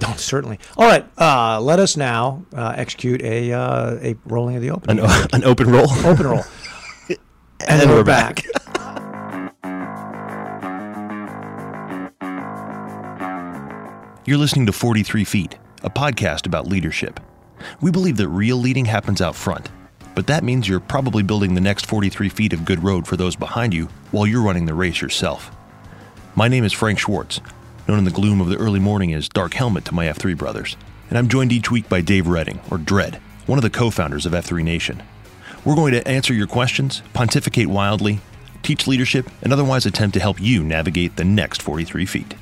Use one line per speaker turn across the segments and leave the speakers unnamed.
No, certainly. All right. Uh, let us now uh, execute a uh, a rolling of the open.
An, o- an open roll.
open roll.
And we're back. You're listening to 43 Feet, a podcast about leadership. We believe that real leading happens out front, but that means you're probably building the next 43 feet of good road for those behind you while you're running the race yourself. My name is Frank Schwartz, known in the gloom of the early morning as Dark Helmet to my F3 brothers, and I'm joined each week by Dave Redding, or Dread, one of the co founders of F3 Nation. We're going to answer your questions, pontificate wildly, teach leadership, and otherwise attempt to help you navigate the next 43 feet.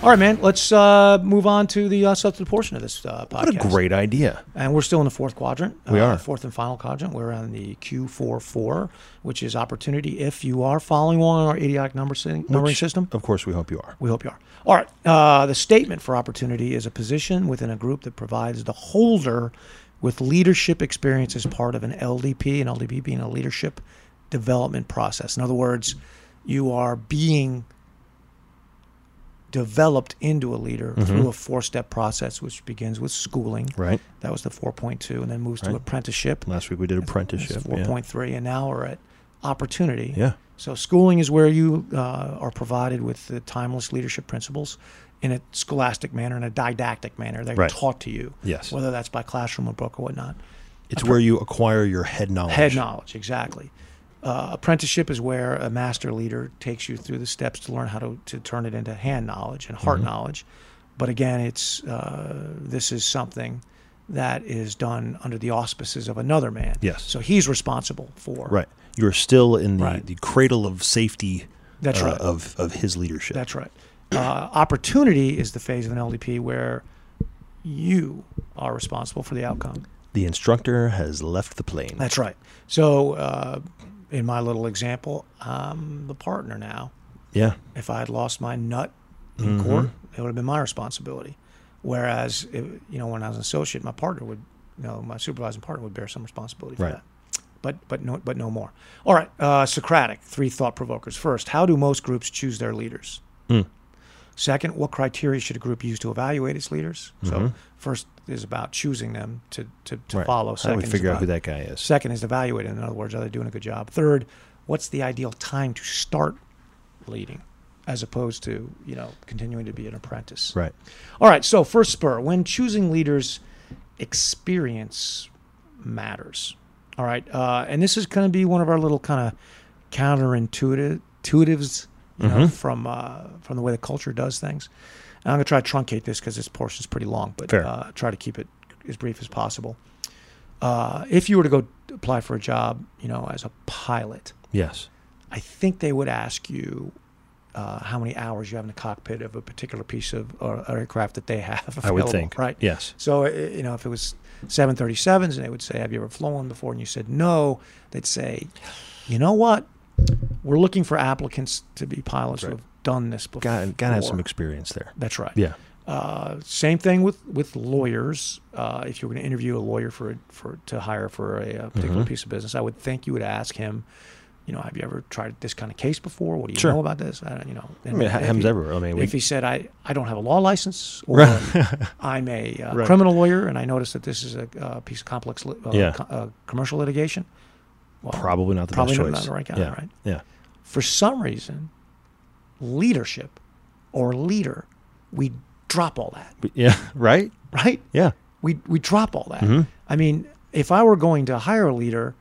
All right, man. Let's uh, move on to the uh, substantive portion of this uh, podcast.
What a great idea.
And we're still in the fourth quadrant.
We
uh,
are.
Fourth and final quadrant. We're on the Q44, which is opportunity. If you are following along our idiotic number sy- numbering system,
Of course, we hope you are.
we hope you are. All right. Uh, the statement for opportunity is a position within a group that provides the holder with leadership experience as part of an LDP, and LDP being a leadership development process. In other words, you are being developed into a leader through a four step process, which begins with schooling.
Mm-hmm. Right.
That was the 4.2, and then moves to apprenticeship.
Last week we did apprenticeship.
It's 4.3, and now we're at opportunity.
Yeah.
So schooling is where you uh, are provided with the timeless leadership principles in a scholastic manner, in a didactic manner. They're
Right.
taught to you.
Yes.
Whether that's by classroom or book or whatnot.
It's where you acquire your head knowledge.
Head knowledge, exactly. Uh, apprenticeship is where a master leader takes you through the steps to learn how to, to turn it into hand knowledge and heart
Mm-hmm.
knowledge. But again, it's uh, this is something that is done under the auspices of another man.
Yes.
So he's responsible for
Right. You're still in the,
Right.
the cradle of safety
That's
uh,
right.
of, of his leadership.
That's right. Uh, opportunity is the phase of an LDP where you are responsible for the outcome.
the instructor has left the plane.
That's right. So, uh, in my little example, I'm the partner now.
yeah.
If I had lost my nut in
Mm-hmm.
court, it would have been my responsibility. Whereas, it, you know, when I was an associate, my partner would, you know, my supervising partner would bear some responsibility for
Right.
that. But but no but no more. All right, uh, Socratic. Three thought provokers. First, how do most groups choose their leaders?
Hmm.
Second, what criteria should a group use to evaluate its leaders? So first is about choosing them to to, to
Mm-hmm. Right.
follow.
How do we
is
figure out
about-
who that guy is?
Second is evaluating. In other words, are they doing a good job? Third, what's the ideal time to start leading, as opposed to you know continuing to be an apprentice?
Right.
All right. So first spur when choosing leaders, experience matters. All right, uh, and this is going to be one of our little kind of counterintuitive intuitives you know, from uh, from the way the culture does things. And I'm going to try to truncate this because this portion is pretty long, but
Fair.
uh, try to keep it as brief as possible. Uh, if you were to go apply for a job, you know, as a pilot,
Yes.
I think they would ask you uh, how many hours you have in the cockpit of a particular piece of or, or aircraft that they have.
I would
available,
think.
right?
Yes.
So i- you know, if it was 737s, and they would say, "Have you ever flown one before?" and you said no, they'd say, "You know what? We're looking for applicants to be pilots who
Right.
have done this before."
Got, got to have some experience there.
That's right.
Yeah.
Uh, same thing with with lawyers. Uh, if you were going to interview a lawyer for for to hire for a, uh
Mm-hmm.
particular piece of business, I would think you would ask him, you know, have you ever tried this kind of case before? What do you
Sure.
know about this? I don't, you know,
I mean, it ha-
if
happens
he-
everywhere. I mean, we,
If he said, I, I don't have a law license, or I'm a uh,
Right.
criminal lawyer, and I notice that this is a uh, piece of complex lit uh,
Yeah.
co- uh, commercial litigation, well,
probably not the
probably
best
not-
choice.
not the right guy,
yeah.
right?
Yeah.
for some reason, leadership or leader, we drop all that,
But- Yeah. Right.
right?
Yeah.
we we drop all that.
Mm-hmm.
I mean, if I were going to hire a leader,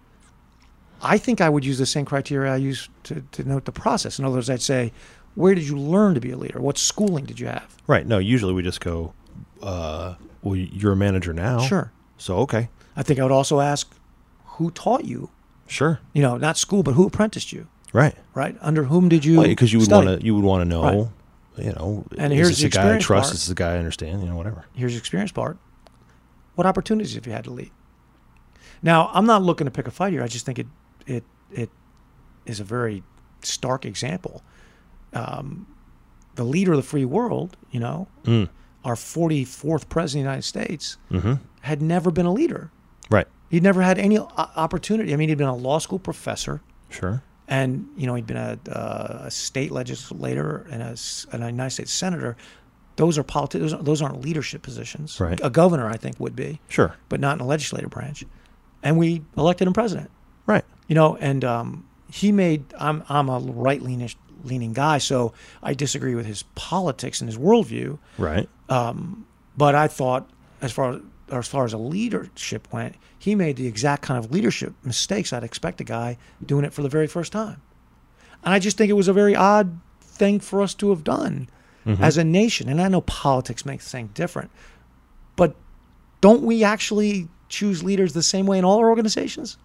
I think I would use the same criteria I use to, to note the process. In other words, I'd say, where did you learn to be a leader? What schooling did you have?
Right. No. Usually we just go. Uh, well, you're a manager now.
Sure.
So okay.
I think I would also ask, who taught you?
Sure.
You know, not school, but who apprenticed you?
Right.
Right under whom did you?
Because you would
study?
want to. You would want to know. You know.
And
is
here's
this
the
a guy I
experience
trust.
part.
Is this a guy I understand. You know. Whatever.
here's the experience part. What opportunities have you had to lead? Now, I'm not looking to pick a fight here. I just think it it it is a very stark example. Um, the leader of the free world, you know,
Mm.
our 44th president of the United States,
Mm-hmm.
had never been a leader.
Right.
He'd never had any o- opportunity. I mean, he'd been a law school professor,
Sure.
and you know, he'd been a, uh, a state legislator and a, s- and a United States senator, Those are politi- those, aren't- those aren't leadership positions.
Right.
A governor, I think, would be,
Sure.
but not in the legislative branch. And we elected him president.
Right.
You know, and um, he made. I'm I'm a right leaning leaning guy, so I disagree with his politics and his worldview.
Right.
But I thought, as far as, as far as a leadership went, he made the exact kind of leadership mistakes I'd expect a guy doing it for the very first time. And I just think it was a very odd thing for us to have done
Mm-hmm.
as a nation. And I know politics makes things different, but don't we actually choose leaders the same way in all our organizations?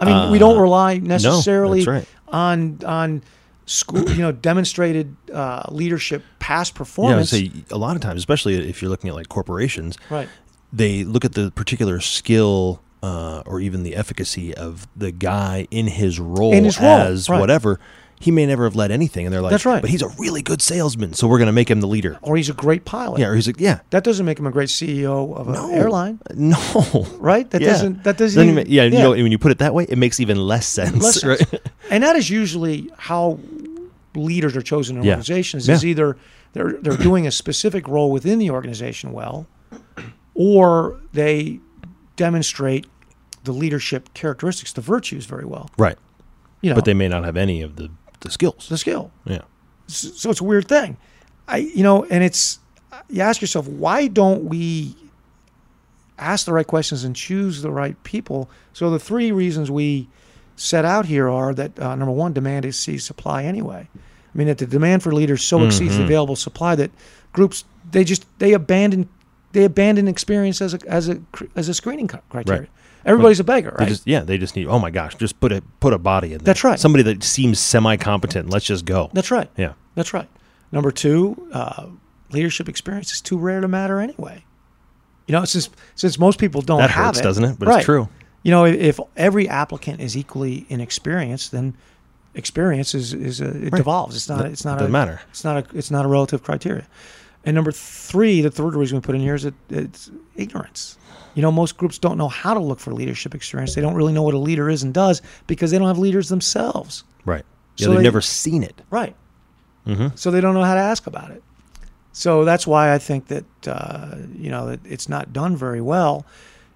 I mean, we don't rely necessarily
Uh, right.
on on school, you know, demonstrated uh, leadership, past
Yeah, I would
performance.
say a lot of times, especially if you're looking at like corporations,
right.
they look at the particular skill uh, or even the efficacy of the guy in his role
In his role,
as
right.
whatever. He may never have led anything, and they're like,
That's right.
But he's a really good salesman, so we're going to make him the leader.
Or he's a great pilot.
Yeah, or he's like, yeah,
That doesn't make him a great CEO of an airline,
no,
right? That
Yeah.
doesn't. That doesn't.
even, yeah, You know,
yeah,
when you put it that way, it makes even less sense.
less sense.
right?
And that is usually how leaders are chosen in
Yeah.
organizations.
Yeah.
Is either they're they're doing a specific role within the organization well, or they demonstrate the leadership characteristics, the virtues, very well.
right.
You know,
But they may not have any of the the skills.
the skill.
Yeah.
S- so it's a weird thing. I you know, and it's you ask yourself why don't we ask the right questions and choose the right people? So the three reasons we set out here are that uh, number one, demand exceeds supply anyway. I mean, that the demand for leaders so exceeds
Mm-hmm.
the available supply that groups they just they abandon they abandon experience as a as a cr- as a screening cri- criteria.
Right.
Everybody's a beggar,
They
right?
just yeah, they just need. Oh my gosh, just put a put a body in. There.
That's right.
Somebody that seems semi competent. Let's just go.
That's right.
yeah.
That's right. Number two, uh, leadership experience is too rare to matter anyway. You know, since since most people don't
That
have
hurts,
it,
doesn't it? But it's
Right.
true.
You know, if, if every applicant is equally inexperienced, then experience is is a, it devolves. It's not it's not
doesn't
a,
matter.
It's not a it's not a relative criteria. And number three, the third reason we put in here is that it's ignorance. You know, most groups don't know how to look for leadership experience. They don't really know what a leader is and does because they don't have leaders themselves.
Right. Yeah,
So
they've
they-
never seen it.
Right. So they don't know how to ask about it. So that's why I think that uh, you know that it's not done very well,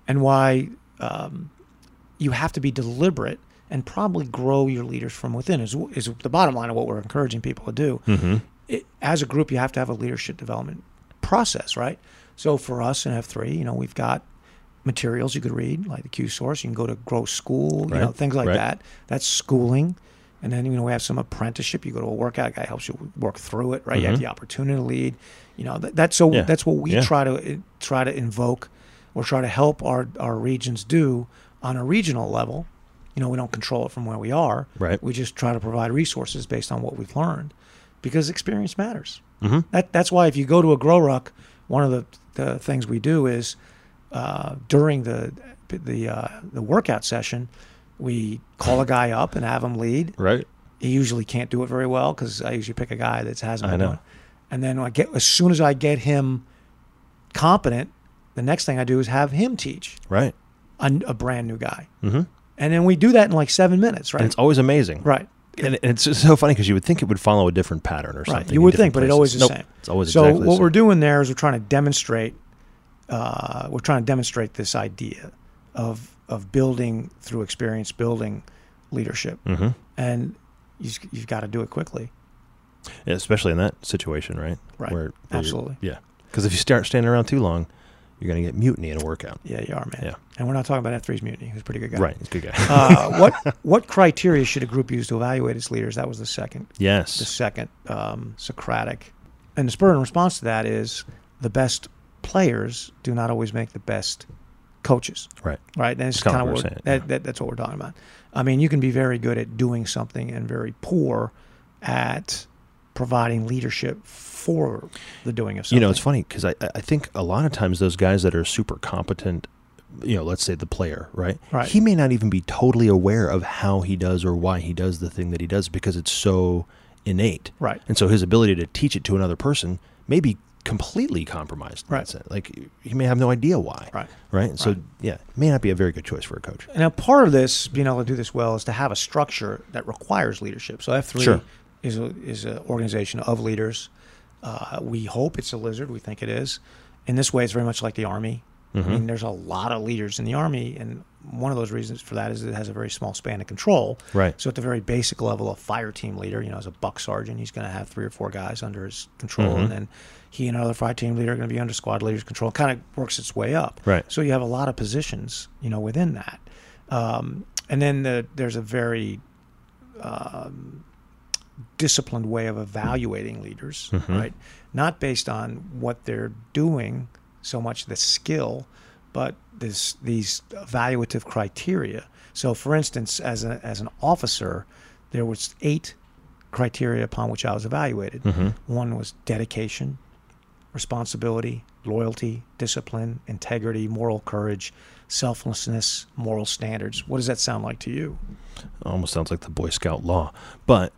and why um, you have to be deliberate and probably grow your leaders from within is is the bottom line of what we're encouraging people to do.
Mm-hmm.
It, as a group, you have to have a leadership development process, right? So for us in F three, you know, we've got materials you could read like the Q source. You can go to Grow School, you know,
Right,
things like
right.
that that. That's schooling. And then, you know, we have some apprenticeship. You go to a workout guy, helps you work through it, right? You have the opportunity to lead. You know, that, that's so
Mm-hmm. Yeah.
that's what we
Yeah.
try to eh, try to invoke or try to help our, our regions do on a regional level. You know, we don't control it from where we are.
Right.
We just try to provide resources based on what we've learned because experience matters. That, that's why if you go to a grow ruck, one of the, the things we do is uh, during the the uh, the workout session, we call a guy up and have him lead.
Right.
He usually can't do it very well because I usually pick a guy that hasn't.
I
been
know.
doing it. And then I get as soon as I get him competent, the next thing I do is have him teach
Right.
a, a brand new guy. Mm-hmm. And then we do that in like seven minutes, right?
And it's always amazing.
right.
And, and it's just so funny because you would think it would follow a different pattern or something.
Right. You
in
would think,
different
but it always
places.
the
Nope.
same.
It's always
so
exactly the
what
same.
we're doing there is we're trying to demonstrate. Uh, we're trying to demonstrate this idea of of building through experience, building leadership,
Mm. Mm-hmm.
and you, s- you've got to do it quickly.
Yeah, especially in that situation, right?
Right.
Where, you're-
Absolutely.
Yeah. Because if you start standing around too long, you're going to get mutiny in a workout.
Yeah, you are, man.
Yeah.
And we're not talking about F 3s mutiny, who's a pretty good guy.
Right. It's a good guy.
uh, what what criteria should a group use to evaluate its leaders? That was the second the
yes.
second um, Socratic. And the spur in response to that is the best players do not always make the best coaches.
Right.
right? And it's
kinda
kind of
what
what,
we're saying,
that,
yeah.
that, that's what we're talking about. I mean, you can be very good at doing something and very poor at providing leadership for the doing of something.
You know, it's funny because I, I think a lot of times those guys that are super competent, you know, let's say the player, right?
Right.
He may not even be totally aware of how he does or why he does the thing that he does because it's so innate.
Right.
And so his ability to teach it to another person may be completely compromised. in that
Right.
sense. Like he may have no idea why.
Right.
Right. And so,
Right.
yeah, it may not be a very good choice for a coach.
now part of this being able to do this well is to have a structure that requires leadership. So F three
Sure.
is a, is an organization of leaders. Uh, we hope it's a lizard. We think it is. In this way, it's very much like the Army.
Mm-hmm.
I mean, there's a lot of leaders in the Army, and one of those reasons for that is it has a very small span of control.
Right.
So at the very basic level, a fire team leader, you know, as a buck sergeant, he's going to have three or four guys under his control, and then he and another fire team leader are going to be under squad leader's control. Kind of works its way up.
Right.
So you have a lot of positions, you know, within that, um, and then the, there's a very disciplined way of evaluating leaders, right? Not based on what they're doing so much the skill, but this these evaluative criteria. So, for instance, as a, as an officer, there was eight criteria upon which I was evaluated. One was dedication, responsibility, loyalty, discipline, integrity, moral courage, selflessness, moral standards. What does that sound like to you?
Almost sounds like the Boy Scout law, but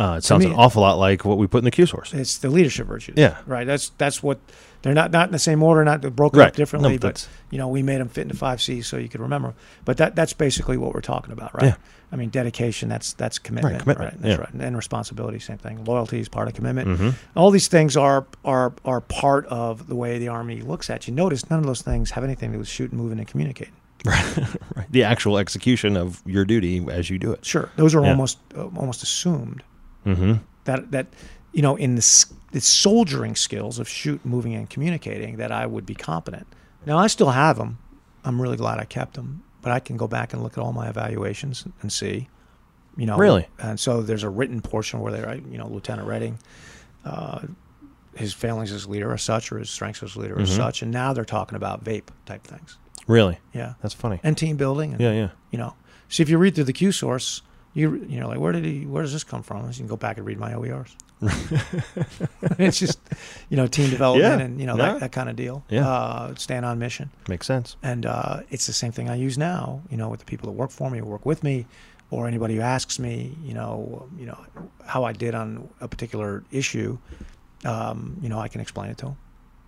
uh, it sounds
me,
an
it-
awful lot like what we put in the Q's horse.
it's the leadership virtues.
Yeah.
right. That's that's what they're not not in the same order, not they're broken
Right.
up differently.
No,
but
that's-
you know, we made them fit into five C's so you could remember. But that that's basically what we're talking about, right?
Yeah.
I mean, dedication. That's that's commitment. That's
commitment, yeah. Mm-hmm.
right. And, and responsibility, same thing. Loyalty is part of commitment. All these things are are are part of the way the army looks at you. Notice none of those things have anything to do with shooting, moving, and communicating.
Right. The actual execution of your duty as you do it.
Sure, those are
Yeah.
almost uh, almost assumed.
Mm-hmm.
that that you know in the, s- the soldiering skills of shoot moving and communicating that i would be competent now i still have them i'm really glad i kept them but i can go back and look at all my evaluations and see you know
Really?
and so there's a written portion where they write you know lieutenant redding uh, his failings as leader or such or his strengths as leader or
Mhm.
such and now they're talking about vape type things
Really.
yeah
That's funny.
and team building and
Yeah. Yeah.
you know see if you read through the q source you you know like where did he where does this come from you can go back and read my oers it's just you know team development
Yeah,
and you know
yeah.
that, that kind of deal
Yeah.
uh stand on mission
Makes sense.
and uh it's the same thing i use now you know with the people that work for me or work with me or anybody who asks me you know you know how i did on a particular issue um you know i can explain it to them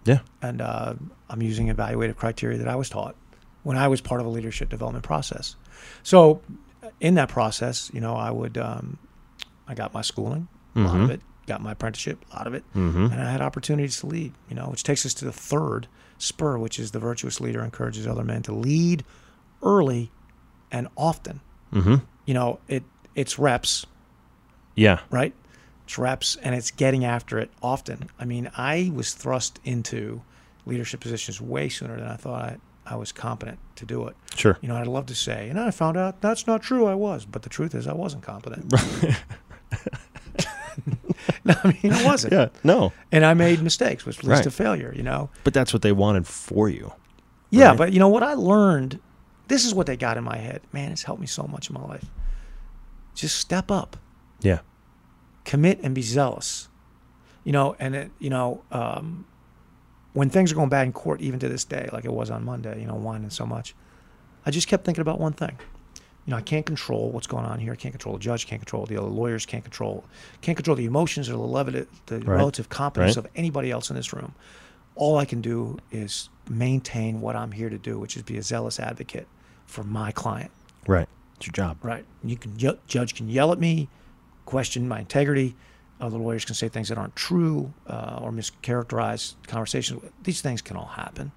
Yeah.
and uh, I'm using evaluative criteria that I was taught when I was part of a leadership development process. So, uh, in that process, you know, I would, um, I got my schooling, a lot of
Mhm.
it, got my apprenticeship, a lot of it,
Mm-hmm.
and I had opportunities to lead. You know, which takes us to the third spur, which is the virtuous leader encourages other men to lead early and often.
Mm-hmm.
You know, it it's reps
Yeah.
right? It's reps and it's getting after it often. I mean, I was thrust into leadership positions way sooner than I thought I, I was competent to do it.
Sure.
You know, I'd love to say, and I found out that's not true, I was, but the truth is I wasn't competent. no, I mean, I wasn't.
Yeah. No.
And I made mistakes, which leads
Right.
to failure, you know?
But that's what they wanted for you.
Yeah,
Right.
but you know what I learned? This is what they got in my head. Man, it's helped me so much in my life. Just step up.
Yeah.
commit and be zealous. You know, and it, you know, um, when things are going bad in court, even to this day, like it was on Monday, you know, whining so much, I just kept thinking about one thing. You know, I can't control what's going on here. I can't control the judge. Can't control the other lawyers. Can't control, can't control the emotions or the level, the
Right.
relative competence
Right.
of anybody else in this room. All I can do is maintain what I'm here to do, which is be a zealous advocate for my client.
Right. It's your job.
Right. You can ye- judge can yell at me, question my integrity. Other lawyers can say things that aren't true uh, or mischaracterize conversations. These things can all happen.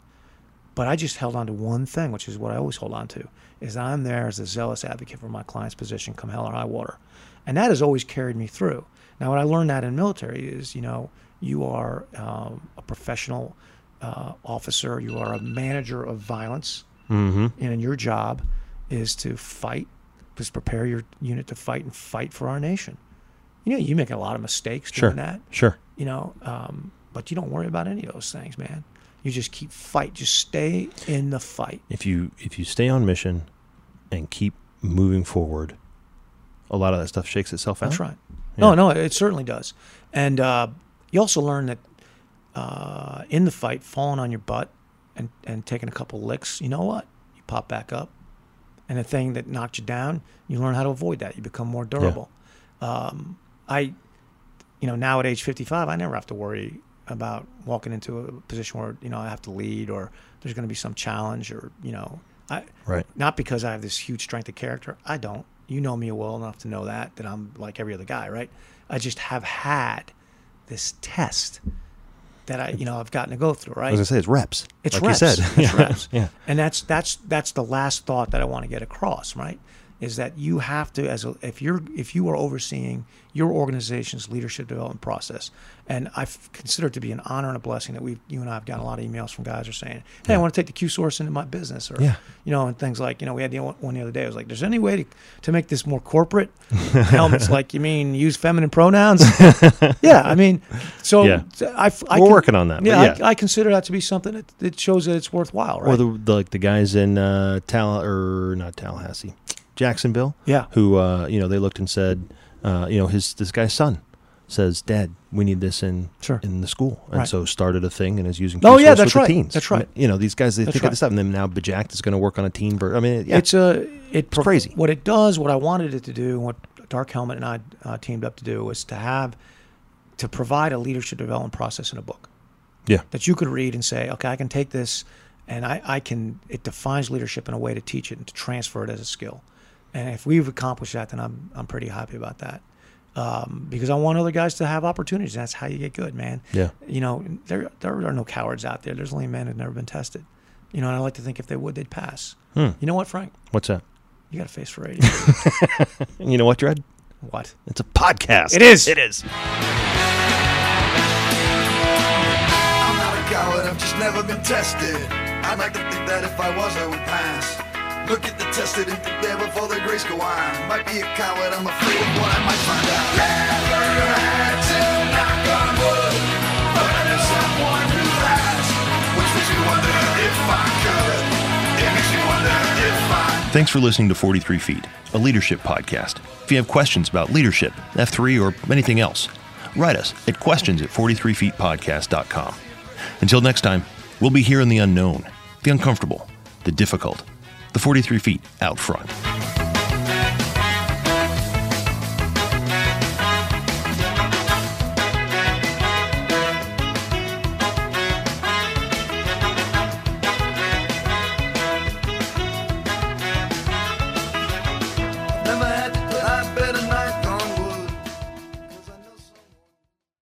But I just held on to one thing, which is what I always hold on to, is I'm there as a zealous advocate for my client's position, come hell or high water, and that has always carried me through. Now, what I learned that in military is, you know, you are um, a professional uh, officer, you are a manager of violence,
Mm-hmm.
and your job is to fight, just prepare your unit to fight and fight for our nation. You know, you make a lot of mistakes
Sure.
doing that,
Sure.
you know, um, but you don't worry about any of those things, man. You just keep fight, just stay in the fight.
If you if you stay on mission and keep moving forward, a lot of that stuff shakes itself out.
That's right.
Yeah.
No, no, it certainly does. And uh, you also learn that uh, in the fight, falling on your butt and, and taking a couple licks, you know what? You pop back up. And the thing that knocked you down, you learn how to avoid that. You become more durable. Um, I, you know, now at age 55, I never have to worry about walking into a position where, you know, I have to lead or there's going to be some challenge or, you know, I,
Right.
not because I have this huge strength of character. I don't. You know me well enough to know that that I'm like every other guy, right? I just have had this test that I, you know, I've gotten to go through,
I
right?
was gonna say it's reps.
It's
like
reps.
you said.
It's reps.
Yeah.
And that's that's that's the last thought that I want to get across, right? Is that you have to as a, if you're if you are overseeing your organization's leadership development process, and I have considered it to be an honor and a blessing that we you and I have gotten a lot of emails from guys who are saying, hey, I want to take the Q source into my business, or
Yeah.
you know, and things like you know we had the one the other day. I was like, there's any way to, to make this more corporate? Helmets like you mean use feminine pronouns? yeah, I mean, so
Yeah.
I, I
We're working on that, but
Yeah, I-
yeah.
I consider that to be something that, that shows that it's worthwhile, right?
Or the, the like the guys in uh, Tal or not Tallahassee, Jacksonville.
Yeah.
Who uh, you know they looked and said, uh, you know his this guy's son says, Dad, we need this in
Sure.
in the school, and
Right.
so started a thing and is using.
Oh, yeah,
Q-Source
that's
with the
right.
Teens.
That's right.
You know these guys they
That's
think
right.
of this stuff, and then now Bajacked is going to work on a teen version. I mean, yeah,
It's a it pro-
crazy.
What it does, what I wanted it to do, and what Dark Helmet and I uh, teamed up to do was to have to provide a leadership development process in a book
yeah,
that you could read and say, okay, I can take this, and I, I can. It defines leadership in a way to teach it and to transfer it as a skill. And if we've accomplished that, then I'm I'm pretty happy about that. Um, because I want other guys to have opportunities. That's how you get good, man.
Yeah.
You know, there there are no cowards out there. There's only men who've never been tested. You know, and I like to think if they would, they'd pass. You know what, Frank?
What's that?
You got a face for radio.
And You know what, Dred?
what?
It's a podcast.
It is.
It is.
I'm not a coward, I've just never been tested. I'd like to think that if I was, I would pass. Look at the tested and think there before the grace go on. Might be a coward, I'm afraid of what I might find out. Never had to knock on wood, but I know someone who has. Which makes me wonder if I could. It makes me wonder if I
Thanks for listening to 43 Feet, a leadership podcast. If you have questions about leadership, F3, or anything else, write us at questions at 43feetpodcast.com. Until next time, we'll be here in the unknown, the uncomfortable, the difficult, the 43 feet out front.